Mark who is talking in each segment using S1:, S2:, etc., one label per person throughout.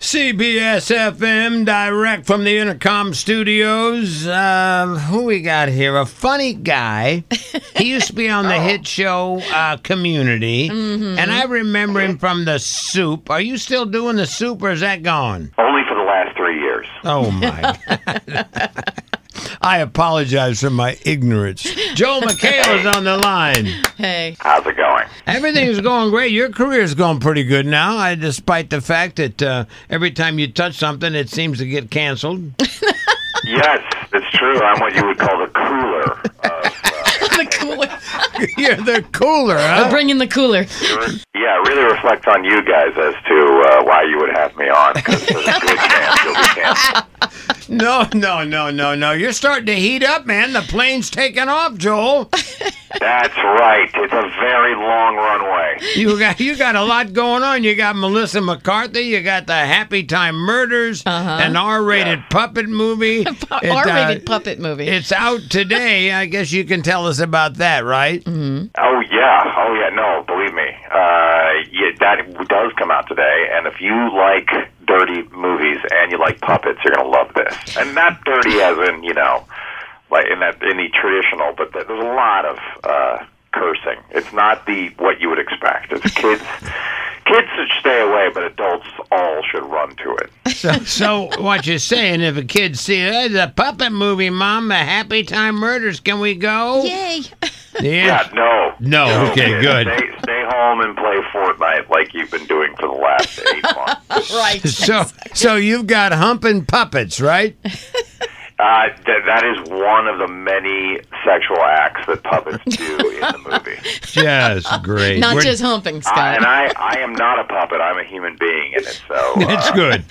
S1: CBS FM, direct from the Intercom Studios. Um, who we got here? A funny guy. He used to be on the hit show uh, Community, and I remember him from the Soup. Are you still doing the Soup, or is that gone?
S2: Only for the last three years.
S1: Oh my! God. I apologize for my ignorance. Joe McHale is on the line.
S3: Hey.
S2: How's it going?
S1: Everything's going great. Your career's going pretty good now, I, despite the fact that uh, every time you touch something, it seems to get canceled.
S2: Yes, it's true. I'm what you would call the cooler. Of,
S3: the cooler.
S1: You're the cooler, huh?
S3: Bring in the cooler.
S2: uh, yeah, it really reflects on you guys as to uh, why you would have me on. Because there's a good chance you'll be canceled.
S1: No, no, no, no, no. You're starting to heat up, man. The plane's taking off, Joel.
S2: That's right. It's a very long runway.
S1: You got you got a lot going on. You got Melissa McCarthy. You got the Happy Time Murders, an R-rated puppet movie. It, uh,
S3: R-rated puppet movie.
S1: It's out today. I guess you can tell us about that, right?
S2: Oh yeah, oh yeah. No, believe me. Uh, yeah, that does come out today. And if you like dirty movies and you like puppets, you're gonna love this. And not dirty as in you know, like in that in the traditional, but there's a lot of uh, cursing. It's not the what you would expect. It's kids. kids should stay away, but adults all should run to it.
S1: So, so what you're saying? If a kid see hey, the puppet movie, Mom, the Happy Time Murders, can we go?
S3: Yay.
S1: Yeah.
S2: Yeah, no.
S1: No, okay,
S2: kids.
S1: good.
S2: Stay, stay home and play Fortnite like you've been doing for the last eight months.
S3: right.
S1: So, so you've got humping puppets, right?
S2: Uh, th- that is one of the many sexual acts that puppets do in the movie.
S1: Just great.
S3: Not
S1: We're-
S3: just humping,
S2: I, and
S3: Scott.
S2: I, I am not a puppet. I'm a human being, and it's so. Uh,
S1: It's good.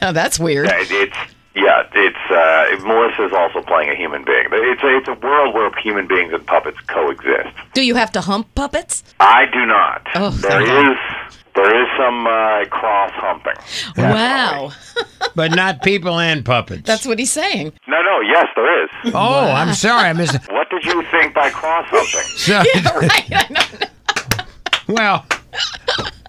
S3: Oh, That's weird.
S2: it- it's yeah. It's uh, Melissa's also playing a human being. But It's a, it's a world where human beings and puppets coexist.
S3: Do you have to hump puppets?
S2: I do not.
S3: Oh,
S2: there
S3: thank
S2: is there is some uh, cross humping.
S3: Wow.
S1: but not people and puppets.
S3: That's what he's saying.
S2: No, no. Yes, there is.
S1: oh, I'm sorry, I missed.
S2: What did you think by cross humping?
S1: So,
S3: right. I know.
S1: well,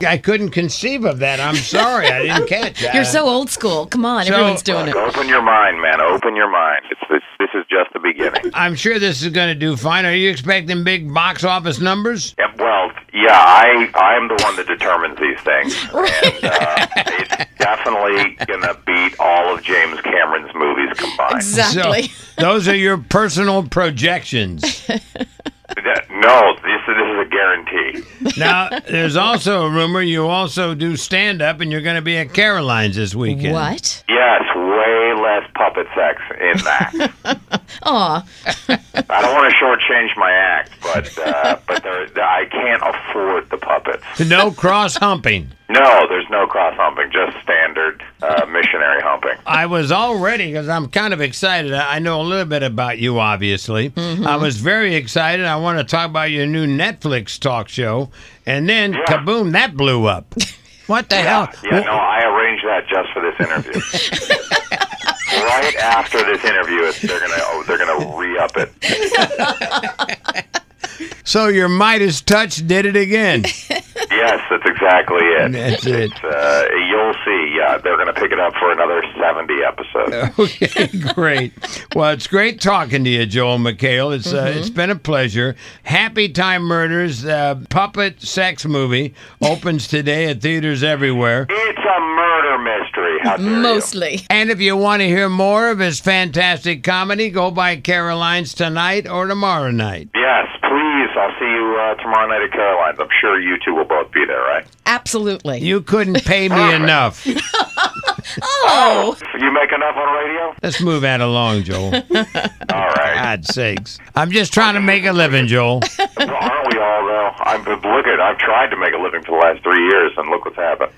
S1: I couldn't conceive of that. I'm sorry, I didn't catch that.
S3: You're so old school. Come on.
S1: So-
S3: everyone's doing it.
S2: Open your mind, man. Open your mind. It's this. This is just the beginning.
S1: I'm sure this is going to do fine. Are you expecting big box office numbers?
S2: Yeah, well, yeah, I I'm the one that determines these things, and uh, it's definitely gonna beat all of James Cameron's movies combined.
S3: Exactly.
S1: So, those are your personal projections.
S2: That- No, this this is a guarantee.
S1: Now, there's also a rumor you also do stand up and you're going to be at Caroline's this weekend.
S3: What?
S2: Yes, way less puppet sex in that.
S3: Aw.
S2: I don't want to shortchange my act, but uh, but there, I can't afford the puppets.
S1: No cross humping.
S2: No, there's no cross humping, just standard uh, missionary humping.
S1: I was already because I'm kind of excited. I I know a little bit about you, obviously. I was very excited. I want to talk about your new Netflix talk show, and then kaboom, that blew up. What the hell?
S2: Yeah, no, I arranged that just for this interview. right after this interview, it's, they're gonna oh, they're gonna re up it.
S1: So your Midas touch did it again.
S2: Yes, that's exactly it.
S1: That's it.
S2: Uh, you'll see. Yeah, they're gonna pick it up for another seventy episodes.
S1: Okay, great. Well, it's great talking to you, Joel McHale. It's uh, it's been a pleasure. Happy Time Murders, uh, puppet sex movie, opens today at theaters everywhere.
S2: It's a murder mystery. How dare you.
S3: Mostly.
S1: And if you want to hear more of his fantastic comedy, go by Caroline's tonight or tomorrow night.
S2: Yes, please. I'll see you uh, tomorrow night at Caroline's. I'm sure you two will both be there, right?
S3: Absolutely.
S1: You couldn't pay me enough.
S3: oh.
S2: You make enough on radio?
S1: Let's move that along, Joel.
S2: All right.
S1: God sakes. I'm just trying to make a living, Joel.
S2: Well, aren't we all though? I'm look at. I've tried to make a living for the last three years, and look what's happened.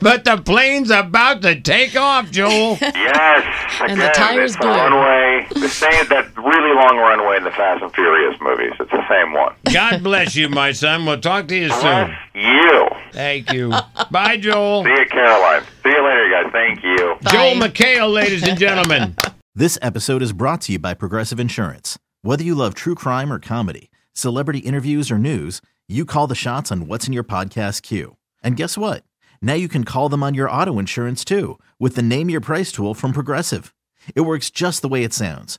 S1: but the plane's about to take off, Joel.
S2: Yes,
S3: And the
S2: again,
S3: tires
S2: it's
S3: blew.
S2: The runway, the same that really long runway in the Fast and Furious movies. It's the same one.
S1: God bless you, my son. We'll talk to you soon.
S2: You.
S1: Thank you. Bye, Joel.
S2: See you, Caroline. See you later, guys. Thank you.
S1: Joel
S3: Bye.
S1: McHale, ladies and gentlemen.
S4: This episode is brought to you by Progressive Insurance. Whether you love true crime or comedy, celebrity interviews or news, you call the shots on what's in your podcast queue. And guess what? Now you can call them on your auto insurance too with the Name Your Price tool from Progressive. It works just the way it sounds.